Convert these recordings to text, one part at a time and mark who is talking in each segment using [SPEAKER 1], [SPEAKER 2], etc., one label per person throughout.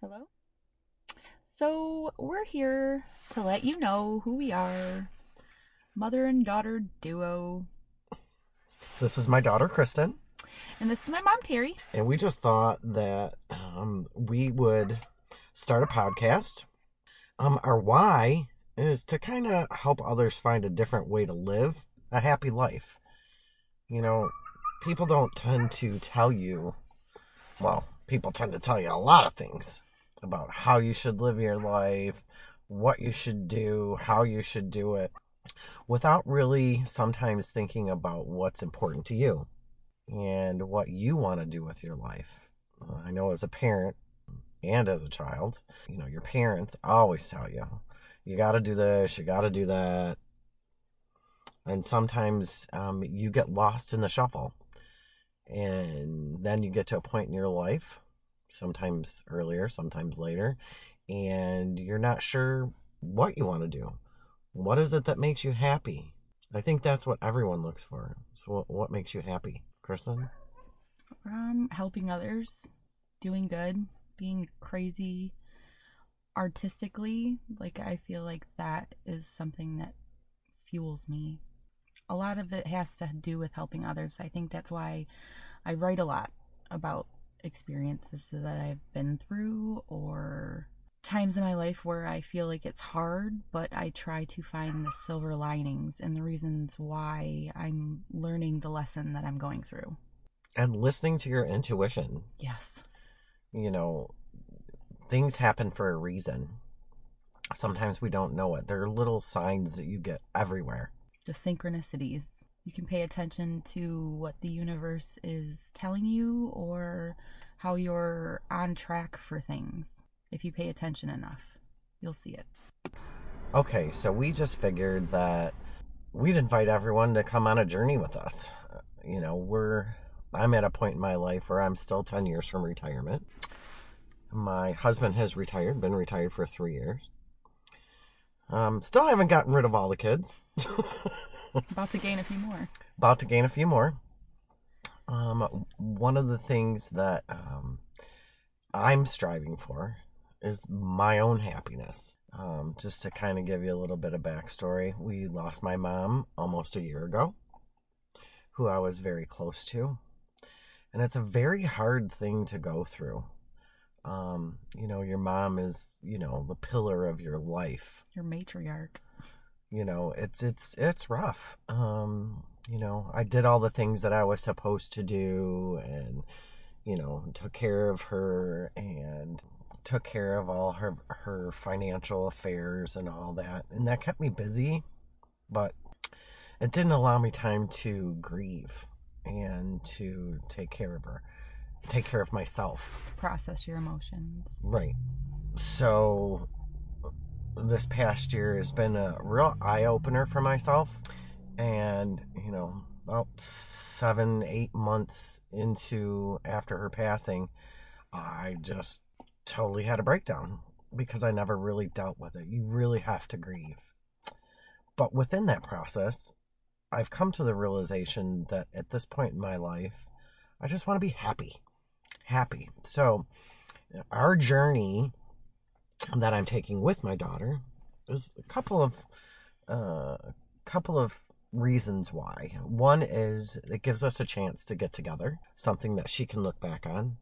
[SPEAKER 1] Hello? So, we're here to let you know who we are. Mother and daughter duo.
[SPEAKER 2] This is my daughter, Kristen,
[SPEAKER 1] And this is my mom, Terry.
[SPEAKER 2] and we just thought that um, we would start a podcast. Um, our why is to kind of help others find a different way to live a happy life. You know, people don't tend to tell you, well, people tend to tell you a lot of things about how you should live your life, what you should do, how you should do it, without really sometimes thinking about what's important to you and what you want to do with your life. Uh, I know as a parent and as a child, you know, your parents always tell you, you got to do this, you got to do that. And sometimes um, you get lost in the shuffle. And then you get to a point in your life, sometimes earlier, sometimes later, and you're not sure what you want to do. What is it that makes you happy? I think that's what everyone looks for. So, what, what makes you happy, Kristen?
[SPEAKER 1] Um, helping others, doing good, being crazy artistically. Like, I feel like that is something that fuels me. A lot of it has to do with helping others. I think that's why I write a lot about experiences that I've been through or times in my life where I feel like it's hard, but I try to find the silver linings and the reasons why I'm learning the lesson that I'm going through.
[SPEAKER 2] And listening to your intuition.
[SPEAKER 1] Yes.
[SPEAKER 2] You know, things happen for a reason. Sometimes we don't know it. There are little signs that you get everywhere.
[SPEAKER 1] the synchronicities. You can pay attention to what the universe is telling you or how you're on track for things. If you pay attention enough, you'll see it.
[SPEAKER 2] Okay, so we just figured that we'd invite everyone to come on a journey with us. You know, we're I'm at a point in my life where I'm still 10 years from retirement. My husband has retired, been retired for 3 years. Um still haven't gotten rid of all the kids.
[SPEAKER 1] About to gain a few more.
[SPEAKER 2] about to gain a few more. Um, one of the things that um, I'm striving for is my own happiness. Um, just to kind of give you a little bit of backstory, we lost my mom almost a year ago, who I was very close to. And it's a very hard thing to go through. Um, you know, your mom is, you know, the pillar of your life
[SPEAKER 1] Your matriarch.
[SPEAKER 2] you know it's it's it's rough um you know i did all the things that i was supposed to do and you know took care of her and took care of all her her financial affairs and all that and that kept me busy but it didn't allow me time to grieve and to take care of her take care of myself
[SPEAKER 1] Process your emotions.
[SPEAKER 2] Right. So this past year has been a real eye opener for myself. And, you know, about seven, eight months into after her passing, I just totally had a breakdown because I never really dealt with it. You really have to grieve. But within that process, I've come to the realization that at this point in my life, I just want to be happy. Happy. So, our journey that I'm taking with my daughter is a couple of uh, couple of reasons why. One is it gives us a chance to get together, something that she can look back on,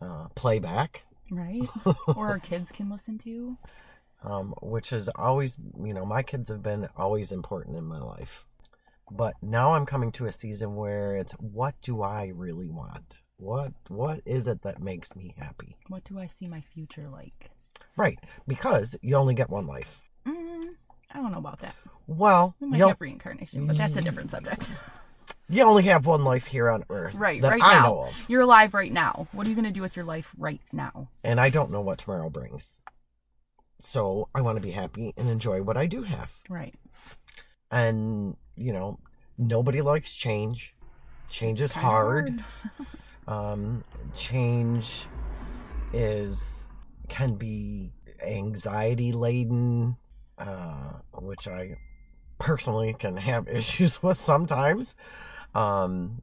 [SPEAKER 2] uh, play back,
[SPEAKER 1] Right? or our kids can listen to.
[SPEAKER 2] um, which has always, you know, my kids have been always important in my life. But now I'm coming to a season where it's what do I really want? What what is it that makes me happy?
[SPEAKER 1] What do I see my future like?
[SPEAKER 2] Right, because you only get one life.
[SPEAKER 1] Mm, I don't know about that.
[SPEAKER 2] Well,
[SPEAKER 1] We might
[SPEAKER 2] you'll-
[SPEAKER 1] have reincarnation, but that's a different subject.
[SPEAKER 2] you only have one life here on Earth,
[SPEAKER 1] Right,
[SPEAKER 2] That
[SPEAKER 1] right
[SPEAKER 2] I
[SPEAKER 1] now.
[SPEAKER 2] know of,
[SPEAKER 1] You're alive right now. What are you going to do with your life right now?
[SPEAKER 2] and I don't know what tomorrow brings. So I want to be happy and enjoy what I do have.
[SPEAKER 1] Right.
[SPEAKER 2] And you know, nobody likes change. Change is
[SPEAKER 1] Kinda
[SPEAKER 2] hard. Um, change is can be anxiety laden, uh, which I personally can have issues with sometimes. Um,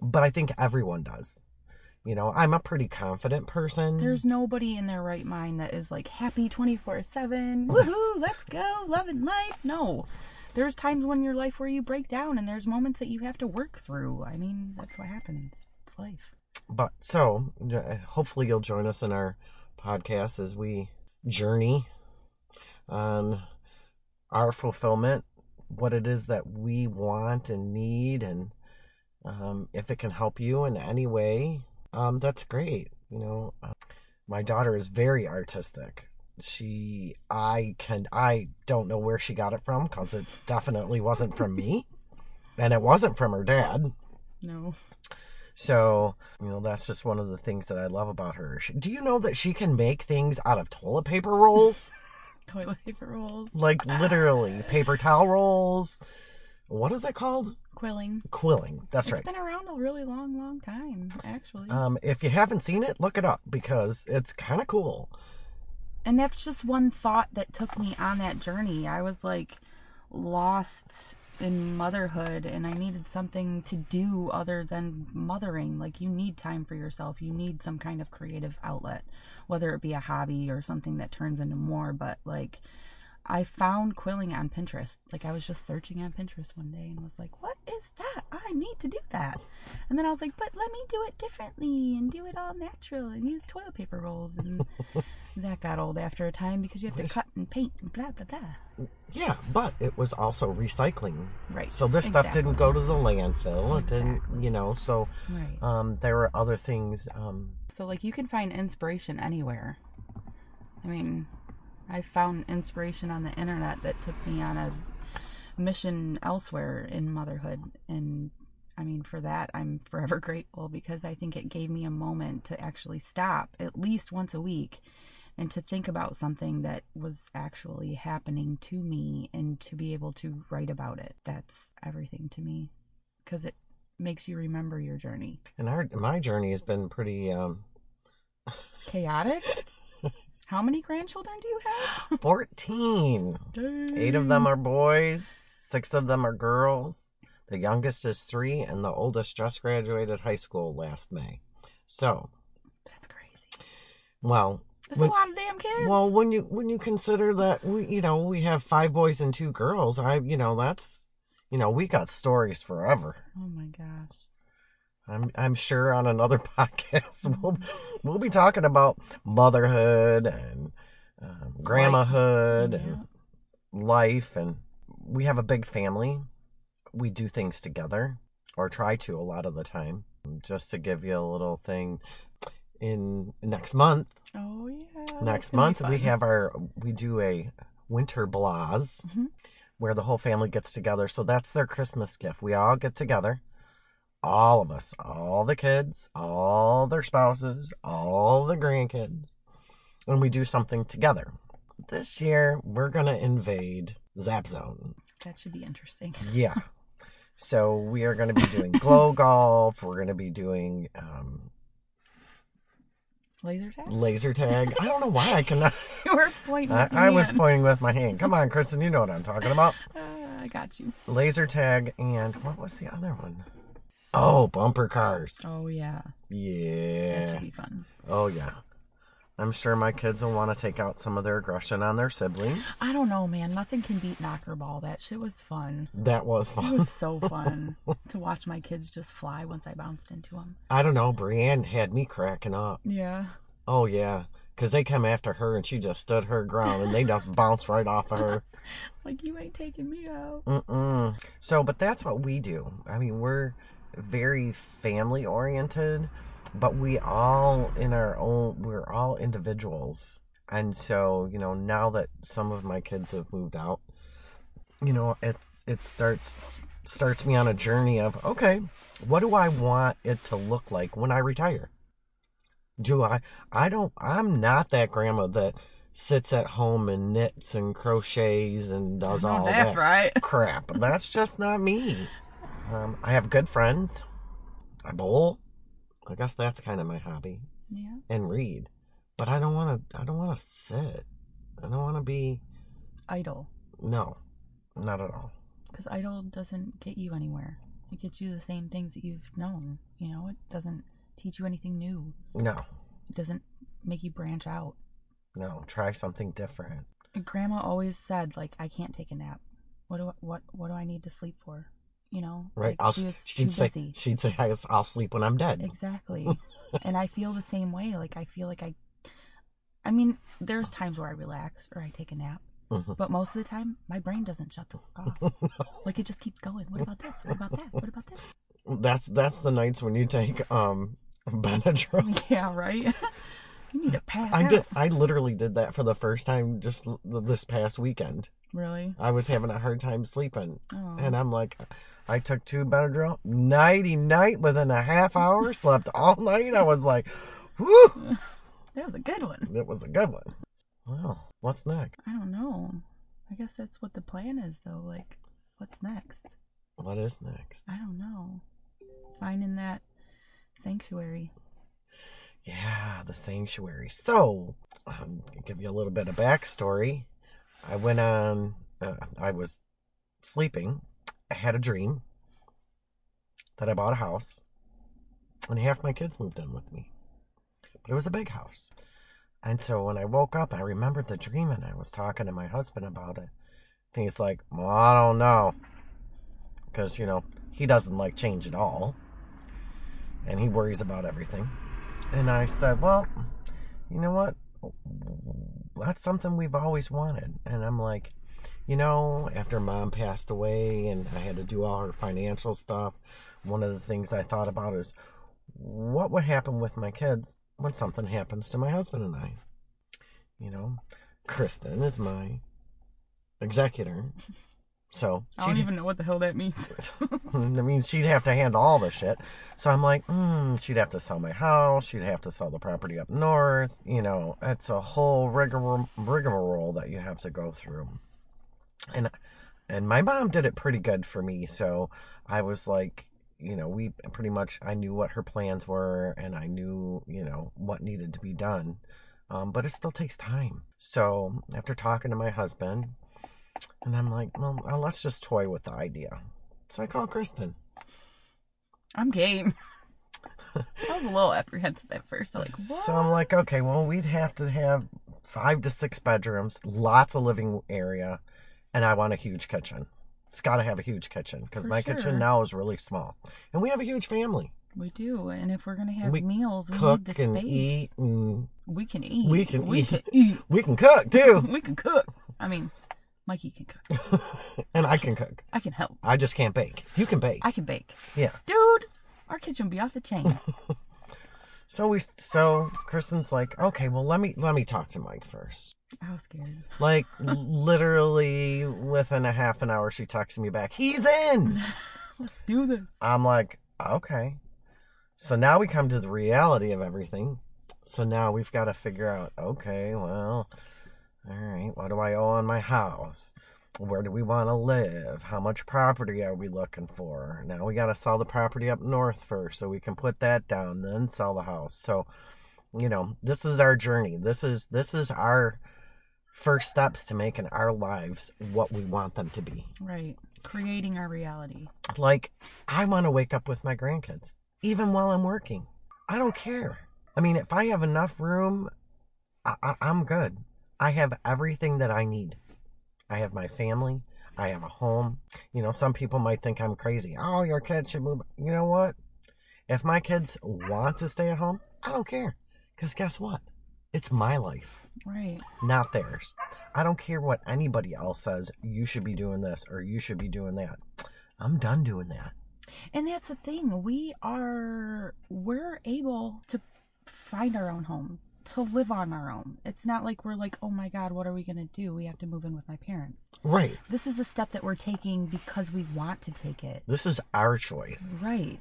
[SPEAKER 2] but I think everyone does. You know, I'm a pretty confident person.
[SPEAKER 1] There's nobody in their right mind that is like happy 24 7. Woohoo, let's go, loving life. No. There's times when your life where you break down and there's moments that you have to work through. I mean, that's what happens. It's life.
[SPEAKER 2] but so j- hopefully you'll join us in our podcast as we journey on our fulfillment what it is that we want and need and um, if it can help you in any way um, that's great you know uh, my daughter is very artistic she i can i don't know where she got it from because it definitely wasn't from me and it wasn't from her dad
[SPEAKER 1] No.
[SPEAKER 2] so, you know, that's just one of the things that I love about her. She, do you know that she can make things out of toilet paper rolls?
[SPEAKER 1] Toilet paper rolls.
[SPEAKER 2] like literally paper towel rolls. What is that called?
[SPEAKER 1] Quilling.
[SPEAKER 2] Quilling. That's
[SPEAKER 1] It's
[SPEAKER 2] right.
[SPEAKER 1] been around a really long, long time, actually.
[SPEAKER 2] Um, if you haven't seen it, look it up because it's kind of cool.
[SPEAKER 1] and that's just one thought that took me on that journey. I was like lost in motherhood and I needed something to do other than mothering. Like you need time for yourself. You need some kind of creative outlet, whether it be a hobby or something that turns into more, but like I found quilling on Pinterest. Like I was just searching on Pinterest one day and was like, "What is that? I need to do that." And then I was like, "But let me do it differently and do it all natural and use toilet paper rolls." And that got old after a time because you have to
[SPEAKER 2] Yes.
[SPEAKER 1] cut and paint and blah blah blah.
[SPEAKER 2] Yeah, but it was also recycling.
[SPEAKER 1] Right.
[SPEAKER 2] So this stuff didn't go to the landfill. It didn't,
[SPEAKER 1] Exactly.
[SPEAKER 2] you know, so
[SPEAKER 1] Right.
[SPEAKER 2] um, there were other things. Um,
[SPEAKER 1] So like you can find inspiration anywhere. I mean, I found inspiration on the internet that took me on a mission elsewhere in motherhood and I mean for that I'm forever grateful because I think it gave me a moment to actually stop at least once a week and to think about something that was actually happening to me and to be able to write about it. That's everything to me because it makes you remember your journey.
[SPEAKER 2] and our, my journey has been pretty um,
[SPEAKER 1] chaotic. How many grandchildren do you have?
[SPEAKER 2] 14. Eight of
[SPEAKER 1] Mm.
[SPEAKER 2] them are boys, six of them are girls. The youngest is three, and the oldest just graduated high school last May. So,
[SPEAKER 1] That's crazy.
[SPEAKER 2] well,
[SPEAKER 1] That's
[SPEAKER 2] When-
[SPEAKER 1] a lot of damn kids.
[SPEAKER 2] well, when you when you consider that we, you know, we have five boys and two girls, I, you know, that's, you know, we got stories forever.
[SPEAKER 1] oh my gosh.
[SPEAKER 2] I'm I'm sure on another podcast we'll we'll be talking about motherhood and um, grandmahood and
[SPEAKER 1] Yeah.
[SPEAKER 2] life and we have a big family we do things together or try to a lot of the time just to give you a little thing in next month
[SPEAKER 1] Oh yeah. that's
[SPEAKER 2] next
[SPEAKER 1] gonna be
[SPEAKER 2] month we
[SPEAKER 1] fun.
[SPEAKER 2] have our we do a winter blahs
[SPEAKER 1] Mhm.
[SPEAKER 2] where the whole family gets together so that's their christmas gift we all get together all of us all the kids all their spouses all the grandkids and we do something together this year we're gonna invade zap zone
[SPEAKER 1] That should be interesting.
[SPEAKER 2] yeah. So we are going to be doing glow golf. We're going to be doing um,
[SPEAKER 1] Laser tag.
[SPEAKER 2] laser tag. I don't know why I cannot.
[SPEAKER 1] you were pointing.
[SPEAKER 2] I,
[SPEAKER 1] with your
[SPEAKER 2] I was
[SPEAKER 1] hand.
[SPEAKER 2] pointing with my hand. Come on, Kristen, you know what I'm talking about.
[SPEAKER 1] Uh, I got you.
[SPEAKER 2] Laser tag and what was the other one? Oh, bumper cars.
[SPEAKER 1] Oh yeah. That
[SPEAKER 2] Yeah.
[SPEAKER 1] should be fun.
[SPEAKER 2] Oh yeah. I'm sure my kids will want to take out some of their aggression on their siblings.
[SPEAKER 1] I don't know, man. Nothing can beat knocker ball. That shit was fun.
[SPEAKER 2] That was
[SPEAKER 1] It
[SPEAKER 2] fun.
[SPEAKER 1] was so fun to watch my kids just fly once I bounced into them.
[SPEAKER 2] I don't know. Brienne had me cracking up.
[SPEAKER 1] Yeah.
[SPEAKER 2] Oh yeah, because they come after her and she just stood her ground and they just bounced right off of her.
[SPEAKER 1] Like you ain't taking me out.
[SPEAKER 2] Mm-mm. So, but that's what we do. I mean, we're very family oriented, but we all in our own. We're all individuals, and so you know now that some of my kids have moved out, you know it it starts starts me on a journey of okay, what do I want it to look like when I retire? Do I? I don't. I'm not that grandma that sits at home and knits and crochets and does
[SPEAKER 1] I know
[SPEAKER 2] all that
[SPEAKER 1] Oh, that's right.
[SPEAKER 2] crap. That's just not me. Um, I have good friends. I bowl. I guess that's kind of my hobby
[SPEAKER 1] Yeah.
[SPEAKER 2] and read. But I don't want to. I don't want to sit. I don't want to be.
[SPEAKER 1] Idle.
[SPEAKER 2] No, not at all.
[SPEAKER 1] because idle doesn't get you anywhere. It gets you the same things that you've known. You know, it doesn't teach you anything new.
[SPEAKER 2] No,
[SPEAKER 1] It doesn't make you branch out.
[SPEAKER 2] no, try something different.
[SPEAKER 1] Grandma always said like I can't take a nap. What do I, what what do I need to sleep for? You know,
[SPEAKER 2] Right?
[SPEAKER 1] Like,
[SPEAKER 2] I'll,
[SPEAKER 1] she was
[SPEAKER 2] she'd
[SPEAKER 1] too
[SPEAKER 2] say,
[SPEAKER 1] busy.
[SPEAKER 2] she'd say, "I guess I'll sleep when I'm dead.
[SPEAKER 1] Exactly. and I feel the same way. Like I feel like I I mean, there's times where I relax or I take a nap,
[SPEAKER 2] Mhm.
[SPEAKER 1] but most of the time my brain doesn't shut the fuck off. like it just keeps going. What about this? What about that? What about this?
[SPEAKER 2] That's that's the nights when you take um Benadryl.
[SPEAKER 1] yeah, right. you need to pass
[SPEAKER 2] I
[SPEAKER 1] out.
[SPEAKER 2] did. I literally did that for the first time just l- this past weekend.
[SPEAKER 1] Really?
[SPEAKER 2] I was having a hard time sleeping,
[SPEAKER 1] Oh.
[SPEAKER 2] and I'm like, I took two Benadryl, nighty night. Within a half hour, slept all night. I was like, whoo,
[SPEAKER 1] that was a good one.
[SPEAKER 2] it was a good one. Well, what's next?
[SPEAKER 1] I don't know. I guess that's what the plan is, though. Like, what's next?
[SPEAKER 2] What is next?
[SPEAKER 1] I don't know. Finding that sanctuary.
[SPEAKER 2] Yeah, the sanctuary. So, um, give you a little bit of backstory. I went on. Uh, I was sleeping. I had a dream that I bought a house, and half my kids moved in with me. But it was a big house, and so when I woke up, I remembered the dream, and I was talking to my husband about it. And he's like, "Well, I don't know," because you know he doesn't like change at all, and he worries about everything. And I said, Well, you know what? That's something we've always wanted. And I'm like, You know, after mom passed away and I had to do all her financial stuff, one of the things I thought about is what would happen with my kids when something happens to my husband and I? You know, Kristen is my executor. So
[SPEAKER 1] I don't
[SPEAKER 2] she'd-
[SPEAKER 1] even know what the hell that means.
[SPEAKER 2] I mean, she'd have to handle all the shit. So I'm like, mm, she'd have to sell my house. She'd have to sell the property up north. You know, it's a whole rigmar- rigmarole that you have to go through. And and my mom did it pretty good for me. So I was like, you know, we pretty much I knew what her plans were, and I knew you know what needed to be done. Um, but it still takes time. So after talking to my husband, and I'm like, well, uh, let's just toy with the idea. So I call Kristen.
[SPEAKER 1] I'm game. I was a little apprehensive at first. I'm like, what?
[SPEAKER 2] So I'm like, okay, well, we'd have to have five to six bedrooms, lots of living area, and I want a huge kitchen. It's got to have a huge kitchen because
[SPEAKER 1] For
[SPEAKER 2] my
[SPEAKER 1] sure.
[SPEAKER 2] kitchen now is really small, and we have a huge family.
[SPEAKER 1] we do, and if we're gonna have
[SPEAKER 2] We
[SPEAKER 1] meals, we
[SPEAKER 2] cook
[SPEAKER 1] need the
[SPEAKER 2] and
[SPEAKER 1] space.
[SPEAKER 2] eat, and
[SPEAKER 1] We can eat.
[SPEAKER 2] We can
[SPEAKER 1] we
[SPEAKER 2] eat.
[SPEAKER 1] Can eat.
[SPEAKER 2] we can cook too,
[SPEAKER 1] we can cook. I mean, Mikey can cook.
[SPEAKER 2] and I can cook.
[SPEAKER 1] I can help.
[SPEAKER 2] I just can't bake. You can bake.
[SPEAKER 1] I can bake.
[SPEAKER 2] Yeah.
[SPEAKER 1] Dude, our kitchen be off the chain.
[SPEAKER 2] So we, so Kristen's like, okay, well, let me let me talk to Mike first.
[SPEAKER 1] I was scared.
[SPEAKER 2] Like literally within a half an hour, she texts me back. He's in.
[SPEAKER 1] Let's do this.
[SPEAKER 2] I'm like, okay. So now we come to the reality of everything. So now we've got to figure out. Okay, well, all right. What do I owe on my house? Where do we want to live? How much property are we looking for? Now we got to sell the property up north first, so we can put that down, then sell the house. So, you know, this is our journey. This is this is our first steps to making our lives what we want them to be.
[SPEAKER 1] Right. Creating our reality.
[SPEAKER 2] Like, I want to wake up with my grandkids, even while I'm working. I don't care. I mean, if I have enough room, I, I, I'm good. I have everything that I need. I have my family. I have a home. You know, some people might think I'm crazy. Oh, your kids should move. You know what? If my kids want to stay at home, I don't care. Because guess what? It's my life
[SPEAKER 1] Right.
[SPEAKER 2] not theirs. I don't care what anybody else says. You should be doing this or you should be doing that. I'm done doing that.
[SPEAKER 1] And that's the thing. We are we're able to find our own home, to live on our own. It's not like we're like, "Oh my god, what are we going to do? We have to move in with my parents."
[SPEAKER 2] Right.
[SPEAKER 1] This is a step that we're taking because we want to take it.
[SPEAKER 2] This is our choice.
[SPEAKER 1] Right.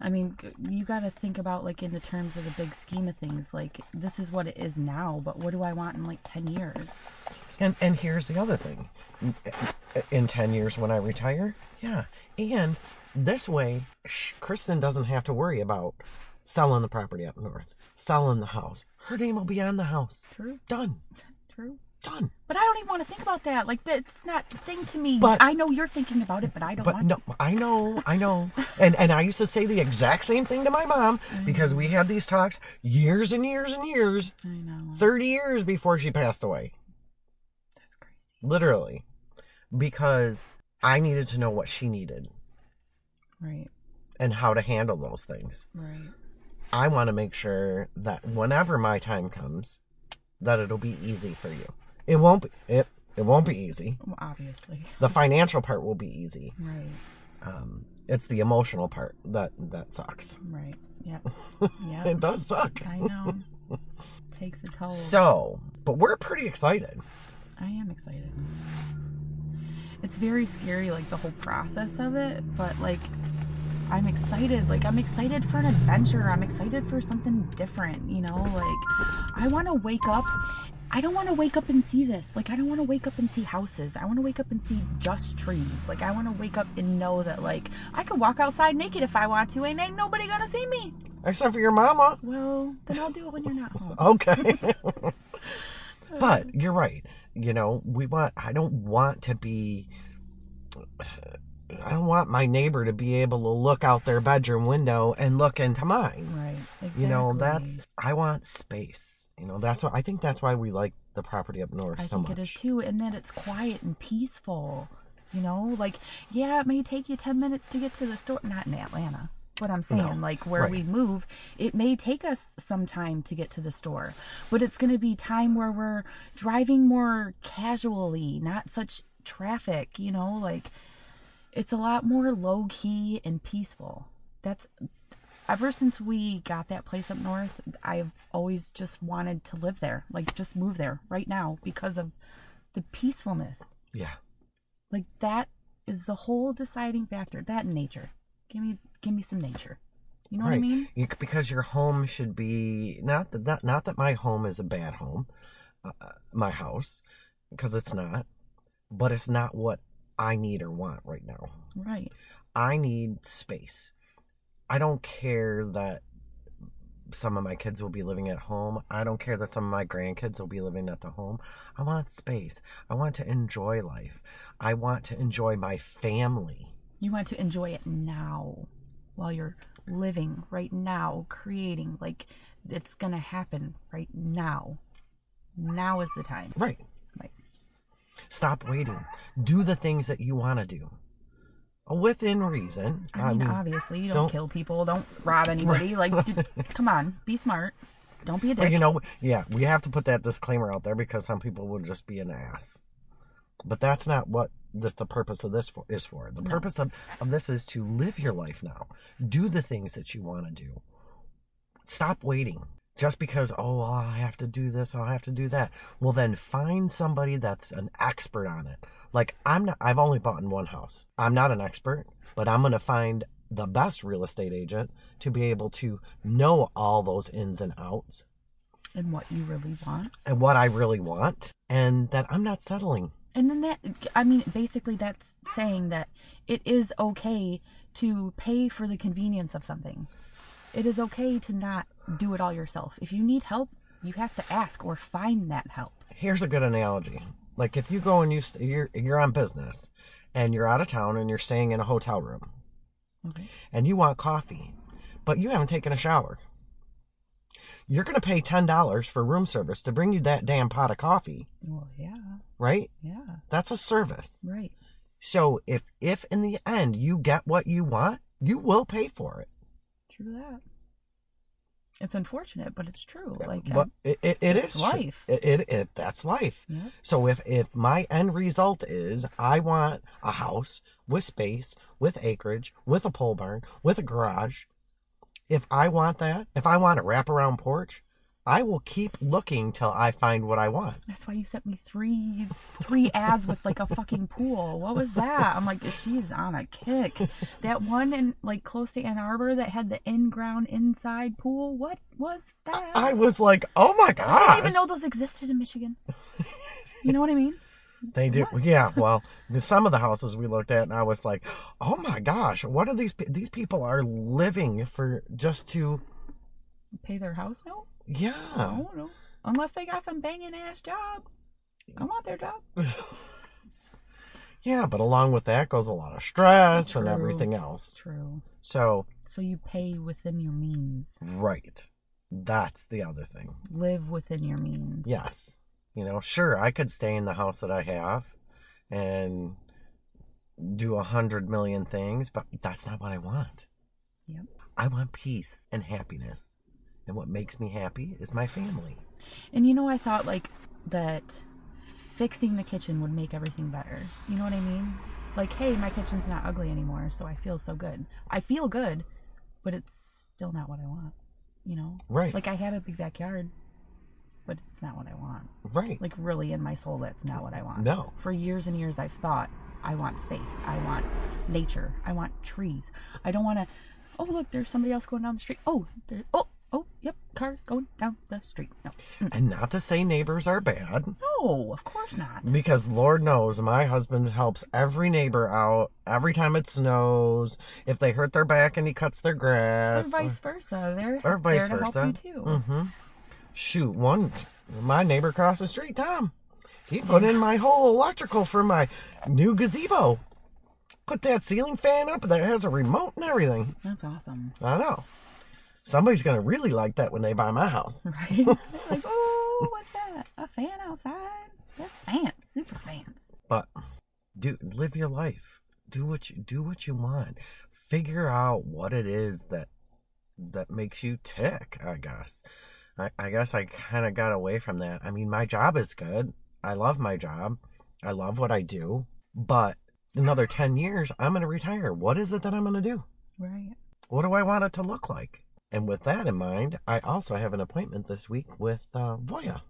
[SPEAKER 1] I mean, g- you got to think about like in the terms of the big scheme of things. Like this is what it is now, but what do I want in like 10 years?
[SPEAKER 2] And and here's the other thing. In 10 years when I retire, yeah. And this way, sh- Kristen doesn't have to worry about selling the property up north, selling the house. Her name will be on the house.
[SPEAKER 1] True.
[SPEAKER 2] Done.
[SPEAKER 1] True.
[SPEAKER 2] Done.
[SPEAKER 1] But I don't even want to think about that. Like that's not a thing to me.
[SPEAKER 2] But-
[SPEAKER 1] I know you're thinking about it, but I don't
[SPEAKER 2] But
[SPEAKER 1] want
[SPEAKER 2] no, I know, I know. And and I used to say the exact same thing to my mom because we had these talks years and years and years,
[SPEAKER 1] to. I know.
[SPEAKER 2] 30 years before she passed away,
[SPEAKER 1] That's crazy.
[SPEAKER 2] literally. Because I needed to know what she needed
[SPEAKER 1] Right.
[SPEAKER 2] and how to handle those things.
[SPEAKER 1] Right.
[SPEAKER 2] I want to make sure that whenever my time comes, that it'll be easy for you. It won't be it it won't be easy.
[SPEAKER 1] Well, obviously.
[SPEAKER 2] The financial part will be easy.
[SPEAKER 1] Right.
[SPEAKER 2] Um, it's the emotional part that that sucks.
[SPEAKER 1] Right. Yeah. Yeah.
[SPEAKER 2] It does suck.
[SPEAKER 1] I know. Takes a toll.
[SPEAKER 2] So, but we're pretty excited.
[SPEAKER 1] I am excited. It's very scary, like the whole process of it, but like I'm excited. Like I'm excited for an adventure. I'm excited for something different, you know? Like I want to wake up. I don't want to wake up and see this. Like I don't want to wake up and see houses. I want to wake up and see just trees. Like I want to wake up and know that like I could walk outside naked if I want to and ain't nobody going to see me.
[SPEAKER 2] Except for your mama.
[SPEAKER 1] Well, then I'll do it when you're not
[SPEAKER 2] Oh,
[SPEAKER 1] home.
[SPEAKER 2] Okay. but you're right. You know, we want I don't want to be I don't want my neighbor to be able to look out their bedroom window and look into mine.
[SPEAKER 1] Right. Exactly.
[SPEAKER 2] You know, that's I want space. You know, that's what I think that's why we like the property up north
[SPEAKER 1] I
[SPEAKER 2] so
[SPEAKER 1] think
[SPEAKER 2] much.
[SPEAKER 1] it is too, and that it's quiet and peaceful. You know, like yeah, it may take you ten minutes to get to the store. Not in Atlanta, but I'm saying,
[SPEAKER 2] No,
[SPEAKER 1] like where
[SPEAKER 2] right.
[SPEAKER 1] we move, it may take us some time to get to the store, but it's going to be time where we're driving more casually, not such traffic. You know, like it's a lot more low key and peaceful. That's ever since we got that place up north, I've always just wanted to live there, like just move there right now because of the peacefulness.
[SPEAKER 2] Yeah.
[SPEAKER 1] Like that is the whole deciding factor. That and nature. Give me give me some nature. You know what I
[SPEAKER 2] Right.
[SPEAKER 1] mean?
[SPEAKER 2] You, because your home should be not that not, not that my home is a bad home, uh, my house, because it's not, but it's not what I need or want right now.
[SPEAKER 1] Right.
[SPEAKER 2] I need space. I don't care that some of my kids will be living at home. I don't care that some of my grandkids will be living at the home. I want space. I want to enjoy life. I want to enjoy my family.
[SPEAKER 1] You want to enjoy it now while you're living right now, creating like it's going to happen right now. Now is the time.
[SPEAKER 2] Right.
[SPEAKER 1] Right.
[SPEAKER 2] Stop waiting. Do the things that you want to do. Within reason.
[SPEAKER 1] I mean, obviously, you don't,
[SPEAKER 2] don't-
[SPEAKER 1] kill people, don't rob anybody. Like, d- come on, be smart. Don't be a
[SPEAKER 2] but
[SPEAKER 1] dick.
[SPEAKER 2] you know, yeah, we have to put that disclaimer out there because some people will just be an ass. But that's not what this, the purpose of this for, is for. The
[SPEAKER 1] No.
[SPEAKER 2] purpose of, of this is to live your life now. Do the things that you want to do. Stop waiting. Just because, oh, well, I'll have to do this, I'll have to do that. Well, then find somebody that's an expert on it. Like, I'm not, I've only bought in one house. I'm not an expert, but I'm going to find the best real estate agent to be able to know all those ins and outs
[SPEAKER 1] and what you really want.
[SPEAKER 2] and what I really want, and that I'm not settling.
[SPEAKER 1] And then that, I mean, basically, that's saying that it is okay to pay for the convenience of something. It is okay to not do it all yourself. If you need help, you have to ask or find that help.
[SPEAKER 2] Here's a good analogy: like if you go and you st- you're you're on business, and you're out of town and you're staying in a hotel room,
[SPEAKER 1] Okay.
[SPEAKER 2] and you want coffee, but you haven't taken a shower. You're gonna pay ten dollars for room service to bring you that damn pot of coffee,
[SPEAKER 1] Well, yeah,
[SPEAKER 2] right?
[SPEAKER 1] yeah,
[SPEAKER 2] That's a service.
[SPEAKER 1] right.
[SPEAKER 2] So if if in the end you get what you want, you will pay for it.
[SPEAKER 1] True that. It's unfortunate, but it's true. Like,
[SPEAKER 2] but
[SPEAKER 1] um,
[SPEAKER 2] it, it, it is
[SPEAKER 1] it's
[SPEAKER 2] true.
[SPEAKER 1] life.
[SPEAKER 2] It, it, it that's life.
[SPEAKER 1] yeah,
[SPEAKER 2] So if if my end result is I want a house with space, with acreage, with a pole barn, with a garage, if I want that, if I want a wraparound porch, I will keep looking till I find what I want.
[SPEAKER 1] That's why you sent me three three ads with like a fucking pool. What was that? I'm like, she's on a kick. That one in like close to Ann Arbor that had the in ground inside pool. What was that?
[SPEAKER 2] I was like, oh my
[SPEAKER 1] I didn't
[SPEAKER 2] god,
[SPEAKER 1] even know those existed in Michigan. You know what I mean?
[SPEAKER 2] they do.
[SPEAKER 1] What?
[SPEAKER 2] Yeah, well, the- some of the houses we looked at, and I was like, oh my gosh, what are these? pe- These people are living for just to,
[SPEAKER 1] Pay their house note? I
[SPEAKER 2] yeah.
[SPEAKER 1] don't know. Unless they got some banging ass job. I want their job.
[SPEAKER 2] yeah, but along with that goes a lot of stress and
[SPEAKER 1] True.
[SPEAKER 2] everything else.
[SPEAKER 1] True.
[SPEAKER 2] So,
[SPEAKER 1] So you pay within your means.
[SPEAKER 2] right. That's the other thing.
[SPEAKER 1] Live within your means.
[SPEAKER 2] Yes. You know, sure, I could stay in the house that I have and do a hundred million things, but that's not what I want.
[SPEAKER 1] Yep.
[SPEAKER 2] I want peace and happiness. And what makes me happy is my family.
[SPEAKER 1] And you know, I thought like that fixing the kitchen would make everything better. You know what I mean? Like, hey, my kitchen's not ugly anymore, so I feel so good. I feel good, but it's still not what I want. You know?
[SPEAKER 2] Right.
[SPEAKER 1] Like, I had a big backyard, but it's not what I want.
[SPEAKER 2] right.
[SPEAKER 1] Like, really, in my soul, that's not what I want.
[SPEAKER 2] no.
[SPEAKER 1] For years and years, I've thought, I want space. I want nature. I want trees. I don't want to, oh, look, there's somebody else going down the street. Oh, there, oh, oh, yep, car's going down the street. No.
[SPEAKER 2] And not to say neighbors are bad,
[SPEAKER 1] No, of course not.
[SPEAKER 2] because Lord knows my husband helps every neighbor out every time it snows, if they hurt their back and he cuts their
[SPEAKER 1] Or
[SPEAKER 2] grass.
[SPEAKER 1] vice versa. They're
[SPEAKER 2] or vice
[SPEAKER 1] there to
[SPEAKER 2] versa.
[SPEAKER 1] help you too.
[SPEAKER 2] Mm-hmm. Shoot, one my neighbor across the street, Tom, he put in my whole electrical for my new gazebo. Put that ceiling fan up that has a remote and everything.
[SPEAKER 1] That's awesome,
[SPEAKER 2] I know. Somebody's gonna really like that when they buy my house.
[SPEAKER 1] right? like, oh, what's that? A fan outside? That's fans, super fans.
[SPEAKER 2] But dude, live your life. Do what you do what you want. Figure out what it is that that makes you tick, I guess. I, I guess I kinda got away from that. I mean my job is good. I love my job. I love what I do. But another ten years I'm gonna retire. What is it that I'm gonna do?
[SPEAKER 1] Right.
[SPEAKER 2] What do I want it to look like? And with that in mind, I also have an appointment this week with uh, Voya.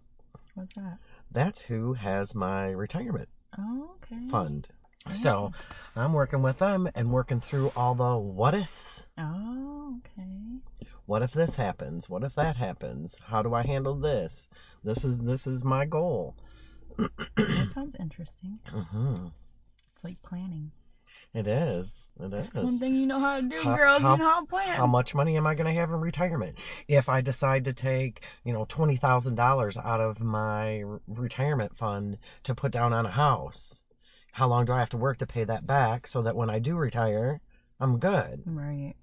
[SPEAKER 1] What's that?
[SPEAKER 2] That's who has my retirement
[SPEAKER 1] Oh, okay.
[SPEAKER 2] fund.
[SPEAKER 1] Oh.
[SPEAKER 2] So I'm working with them and working through all the what ifs.
[SPEAKER 1] Oh, okay.
[SPEAKER 2] What if this happens? What if that happens? How do I handle this? This is this is my goal.
[SPEAKER 1] That sounds interesting.
[SPEAKER 2] hmm
[SPEAKER 1] It's like planning.
[SPEAKER 2] It is. It
[SPEAKER 1] That's
[SPEAKER 2] is.
[SPEAKER 1] one thing you know how to do,
[SPEAKER 2] How-
[SPEAKER 1] girls.
[SPEAKER 2] how-
[SPEAKER 1] you know how to plan.
[SPEAKER 2] How much money am I going to have in retirement? If I decide to take, you know, twenty thousand dollars out of my re- retirement fund to put down on a house, how long do I have to work to pay that back? So that when I do retire, I'm good.
[SPEAKER 1] Right.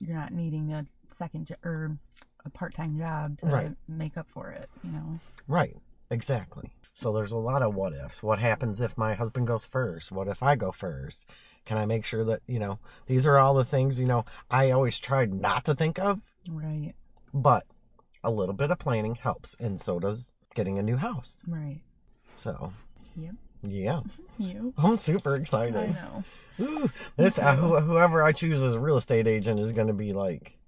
[SPEAKER 1] You're not needing a second jo- or a part-time job to
[SPEAKER 2] Right.
[SPEAKER 1] make up for it. You know.
[SPEAKER 2] Right, exactly. So there's a lot of what ifs. What happens if my husband goes first? What if I go first? Can I make sure that, you know, these are all the things, you know, I always tried not to think of,
[SPEAKER 1] Right.
[SPEAKER 2] but a little bit of planning helps. And so does getting a new house.
[SPEAKER 1] Right.
[SPEAKER 2] So,
[SPEAKER 1] Yep.
[SPEAKER 2] yeah,
[SPEAKER 1] You.
[SPEAKER 2] I'm super
[SPEAKER 1] I
[SPEAKER 2] excited.
[SPEAKER 1] know.
[SPEAKER 2] Ooh, this, uh, who- whoever I choose as a real estate agent is going to be like,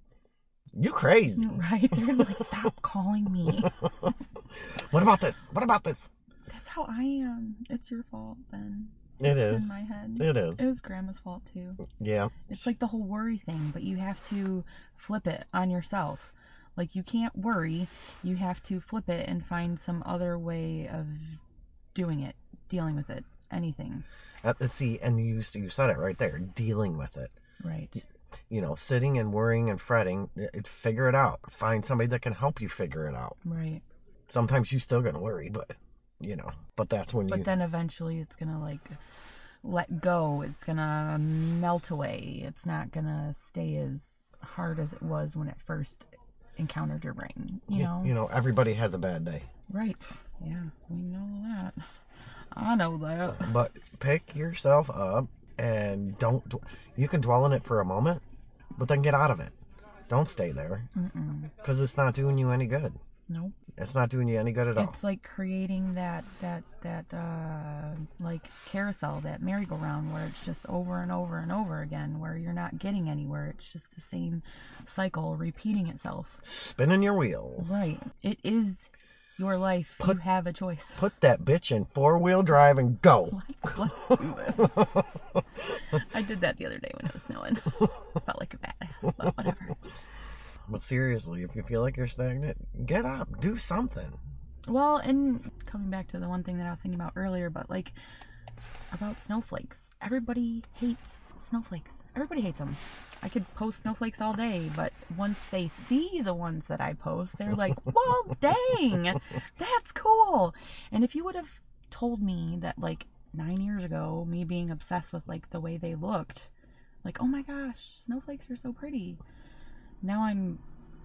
[SPEAKER 2] you crazy.
[SPEAKER 1] Right. You're gonna be like, stop calling me.
[SPEAKER 2] What about this? What about this?
[SPEAKER 1] That's how I am. It's your fault, Ben.
[SPEAKER 2] It
[SPEAKER 1] it's
[SPEAKER 2] is.
[SPEAKER 1] in my head.
[SPEAKER 2] It is.
[SPEAKER 1] It was grandma's fault too.
[SPEAKER 2] Yeah.
[SPEAKER 1] It's like the whole worry thing, but you have to flip it on yourself. Like you can't worry, you have to flip it and find some other way of doing it, dealing with it, anything.
[SPEAKER 2] Uh, let's see, and you you said it right there, dealing with it.
[SPEAKER 1] Right.
[SPEAKER 2] You know, sitting and worrying and fretting, it, it- figure it out. Find somebody that can help you figure it out.
[SPEAKER 1] Right.
[SPEAKER 2] Sometimes you still gonna worry, but you know, but that's when
[SPEAKER 1] But
[SPEAKER 2] you
[SPEAKER 1] then eventually it's going to like let go. It's going to melt away. It's not going to stay as hard as it was when it first encountered your brain, you know?
[SPEAKER 2] you know everybody has a bad day.
[SPEAKER 1] Right. Yeah, we know that. I know that.
[SPEAKER 2] But pick yourself up and don't. Dw- you can dwell on it for a moment, but then get out of it. Don't stay there
[SPEAKER 1] Mm-mm.
[SPEAKER 2] because it's not doing you any good.
[SPEAKER 1] Nope.
[SPEAKER 2] It's not doing you any good at all.
[SPEAKER 1] It's like creating that that that uh like carousel, that merry-go-round where it's just over and over and over again, where you're not getting anywhere. It's just the same cycle repeating itself.
[SPEAKER 2] Spinning your wheels.
[SPEAKER 1] Right. It is your life.
[SPEAKER 2] Put-
[SPEAKER 1] you have a choice.
[SPEAKER 2] Put that bitch in four wheel drive and go.
[SPEAKER 1] Let's, let's do this. I did that the other day when it was snowing. Felt like a badass, but whatever.
[SPEAKER 2] But seriously, if you feel like you're stagnant, get up, do something.
[SPEAKER 1] Well, and coming back to the one thing that I was thinking about earlier, but like about snowflakes. Everybody hates snowflakes. Everybody hates them. I could post snowflakes all day, but once they see the ones that I post, they're like, "Well, dang, that's cool. cool. And if you would have told me that like nine years ago, me being obsessed with like the way they looked, like, oh my gosh, snowflakes are so pretty. Now I'm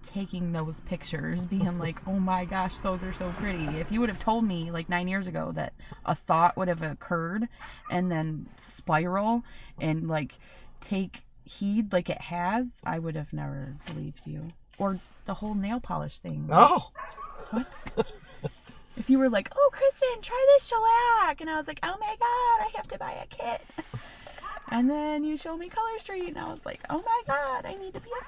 [SPEAKER 1] taking those pictures, being like, oh my gosh, those are so pretty. If you would have told me like nine years ago that a thought would have occurred and then spiral and like take heed like it has, I would have never believed you. Or the whole nail polish thing.
[SPEAKER 2] Oh,
[SPEAKER 1] What? if you were like, oh, Kristen, try this shellac. And I was like, oh my God, I have to buy a kit. And then you showed me Color Street, and I was like, oh my God, I need to be a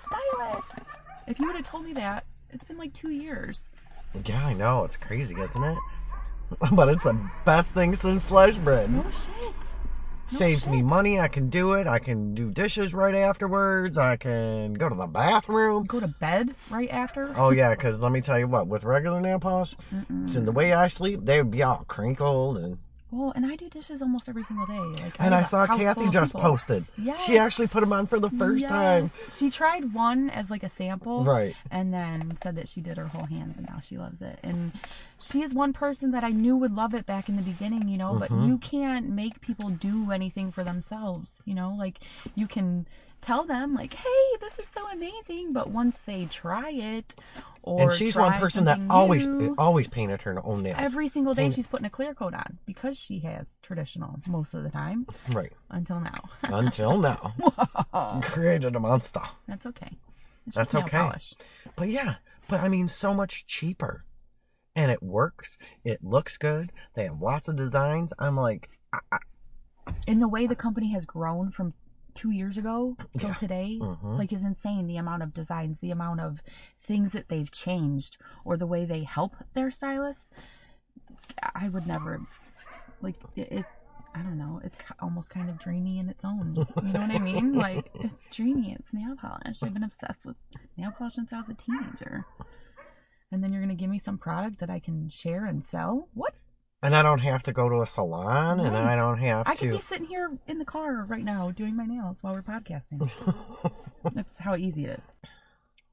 [SPEAKER 1] stylist. If you would have told me that, it's been like two years.
[SPEAKER 2] yeah, I know. It's crazy, isn't it? But it's the best thing since sliced bread.
[SPEAKER 1] No shit. no
[SPEAKER 2] Saves me
[SPEAKER 1] shit.
[SPEAKER 2] money. I can do it. I can do dishes right afterwards. I can go to the bathroom.
[SPEAKER 1] Go to bed right after.
[SPEAKER 2] Oh yeah, because let me tell you what, with regular nail polish,
[SPEAKER 1] Mm-mm.
[SPEAKER 2] and the way I sleep, they would be all crinkled and.
[SPEAKER 1] Well, and I do dishes almost every single day. Like, have
[SPEAKER 2] And I
[SPEAKER 1] a house
[SPEAKER 2] saw
[SPEAKER 1] full
[SPEAKER 2] Kathy
[SPEAKER 1] of
[SPEAKER 2] just
[SPEAKER 1] people.
[SPEAKER 2] posted.
[SPEAKER 1] Yes.
[SPEAKER 2] She actually put them on for the first
[SPEAKER 1] Yes.
[SPEAKER 2] time.
[SPEAKER 1] She tried one as like a sample.
[SPEAKER 2] Right.
[SPEAKER 1] and then said that she did her whole hands and now she loves it. And she is one person that I knew would love it back in the beginning, you know, but
[SPEAKER 2] Mhm.
[SPEAKER 1] you can't make people do anything for themselves, you know? Like you can tell them like, "Hey, this is so amazing," but once they try it or
[SPEAKER 2] and she's one
[SPEAKER 1] try
[SPEAKER 2] person that
[SPEAKER 1] something
[SPEAKER 2] always
[SPEAKER 1] new,
[SPEAKER 2] always painted her own nails.
[SPEAKER 1] every single day
[SPEAKER 2] paint it.
[SPEAKER 1] she's putting a clear coat on because she has traditional most of the time
[SPEAKER 2] right.
[SPEAKER 1] until now.
[SPEAKER 2] Until now. Created a monster.
[SPEAKER 1] That's okay. It's just
[SPEAKER 2] That's
[SPEAKER 1] nail
[SPEAKER 2] okay.
[SPEAKER 1] polish.
[SPEAKER 2] But yeah, but I mean so much cheaper. And it works. It looks good. They have lots of designs. I'm like, I, I,
[SPEAKER 1] And the way the company has grown from two years ago till
[SPEAKER 2] Yeah.
[SPEAKER 1] today,
[SPEAKER 2] Mhm.
[SPEAKER 1] like, is insane. The amount of designs, the amount of things that they've changed, or the way they help their stylists. I would never, like, it. it I don't know. It's ki- almost kind of dreamy in its own. You know what I mean? Like it's dreamy. It's nail polish. I've been obsessed with nail polish since I was a teenager. And then you're gonna give me some product that I can share and sell? What?
[SPEAKER 2] and I don't have to go to a salon, and
[SPEAKER 1] Right.
[SPEAKER 2] I don't have
[SPEAKER 1] I could
[SPEAKER 2] to.
[SPEAKER 1] be sitting here in the car right now doing my nails while we're podcasting. That's how easy it is.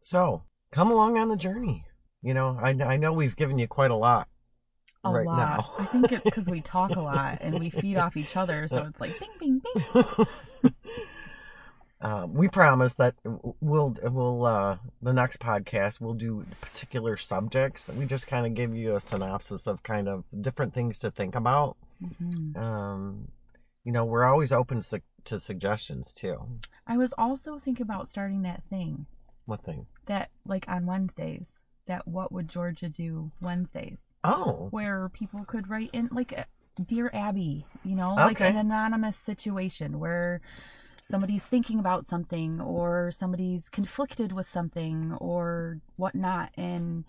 [SPEAKER 2] so come along on the journey. You know, I, I know we've given you quite a lot
[SPEAKER 1] A
[SPEAKER 2] right
[SPEAKER 1] lot.
[SPEAKER 2] now.
[SPEAKER 1] I think it's because we talk a lot and we feed off each other, so it's like bing, bing, bing.
[SPEAKER 2] um, we promise that we'll we'll uh, the next podcast we'll do particular subjects. We just kind of give you a synopsis of kind of different things to think about.
[SPEAKER 1] Mhm.
[SPEAKER 2] Um, you know, we're always open su- to suggestions too.
[SPEAKER 1] I was also thinking about starting that thing
[SPEAKER 2] What thing?
[SPEAKER 1] that, like, on Wednesdays, that what would Georgia do Wednesdays,
[SPEAKER 2] Oh,
[SPEAKER 1] where people could write in, like, a Dear Abby, you know, like
[SPEAKER 2] Okay.
[SPEAKER 1] an anonymous situation where somebody's thinking about something or somebody's conflicted with something or whatnot. And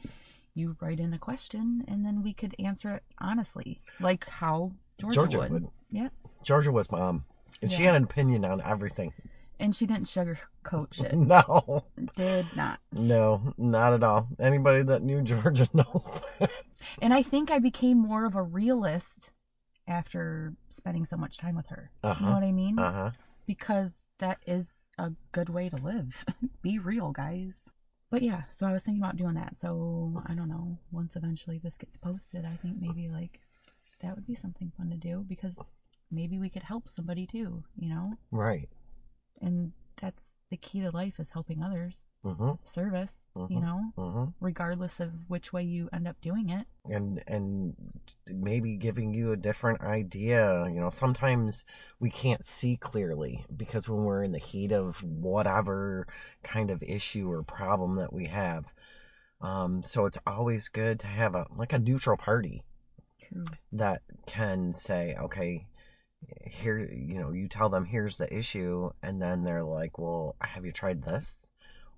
[SPEAKER 1] you write in a question and then we could answer it honestly, like how Georgia, would. Yeah.
[SPEAKER 2] Georgia was mom, and she
[SPEAKER 1] Yeah.
[SPEAKER 2] had an opinion on everything.
[SPEAKER 1] And she didn't sugarcoat shit.
[SPEAKER 2] No,
[SPEAKER 1] Did not.
[SPEAKER 2] no, not at all. Anybody that knew Georgia knows that.
[SPEAKER 1] And I think I became more of a realist after spending so much time with her. You know
[SPEAKER 2] Uh
[SPEAKER 1] what I mean?
[SPEAKER 2] huh. Uh huh.
[SPEAKER 1] Because that is a good way to live. Be real, guys. But yeah, so I was thinking about doing that. So I don't know. Once eventually this gets posted, I think maybe like that would be something fun to do because maybe we could help somebody too, you know?
[SPEAKER 2] Right.
[SPEAKER 1] And that's the key to life is helping others.
[SPEAKER 2] Mm-hmm.
[SPEAKER 1] Service, you
[SPEAKER 2] Mhm.
[SPEAKER 1] know?
[SPEAKER 2] Mm-hmm.
[SPEAKER 1] regardless of which way you end up doing it.
[SPEAKER 2] and and maybe giving you a different idea you know sometimes we can't see clearly because when we're in the heat of whatever kind of issue or problem that we have um so it's always good to have a like a neutral party
[SPEAKER 1] True.
[SPEAKER 2] that can say okay here you know you tell them here's the issue and then they're like well have you tried this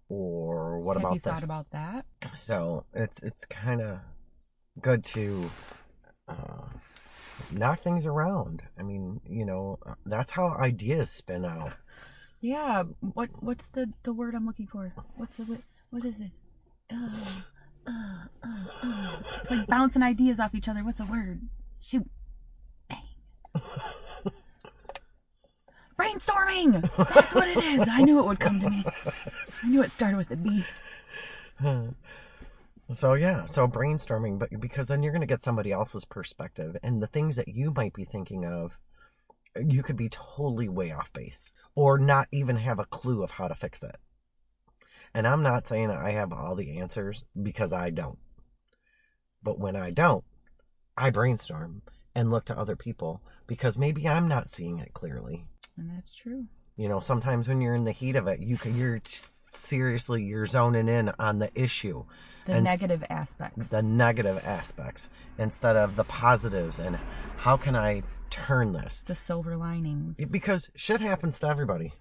[SPEAKER 2] or what
[SPEAKER 1] Have
[SPEAKER 2] about
[SPEAKER 1] you
[SPEAKER 2] this
[SPEAKER 1] thought about that?
[SPEAKER 2] so it's it's kind of good to uh, knock things around. I mean, you know, that's how ideas spin out.
[SPEAKER 1] Yeah. What What's the the word I'm looking for? What's the wi- what is it? Uh, Ugh, ugh, ugh, ugh. uh. It's like bouncing ideas off each other. What's the word? Shoot. Dang. Brainstorming. That's what it is. I knew it would come to me. I knew it started with a B.
[SPEAKER 2] So yeah, so brainstorming, but because then you're going to get somebody else's perspective, and the things that you might be thinking of, you could be totally way off base, or not even have a clue of how to fix it. And I'm not saying I have all the answers because I don't. But when I don't, I brainstorm and look to other people because maybe I'm not seeing it clearly.
[SPEAKER 1] And that's true.
[SPEAKER 2] You know, sometimes when you're in the heat of it, you can you're seriously you're zoning in on the issue
[SPEAKER 1] The
[SPEAKER 2] And s-
[SPEAKER 1] negative aspects.
[SPEAKER 2] the negative aspects instead of the positives and how can I turn this?
[SPEAKER 1] the silver linings.
[SPEAKER 2] It- because shit happens to everybody.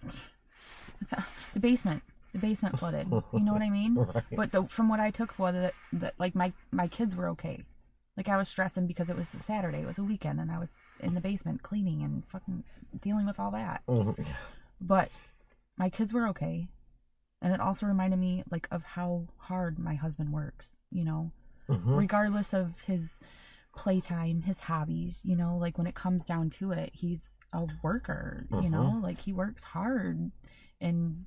[SPEAKER 1] the basement. The basement flooded. You know what I mean?
[SPEAKER 2] Right.
[SPEAKER 1] But the, from what I took was that, that like my my kids were okay. Like I was stressing because it was a Saturday, it was a weekend, and I was in the basement cleaning and fucking dealing with all that.
[SPEAKER 2] Mhm.
[SPEAKER 1] But my kids were okay, and it also reminded me like of how hard my husband works. You know,
[SPEAKER 2] Mhm.
[SPEAKER 1] regardless of his playtime, his hobbies, you know, like when it comes down to it, he's a worker, you
[SPEAKER 2] Mm-hmm.
[SPEAKER 1] know, like he works hard and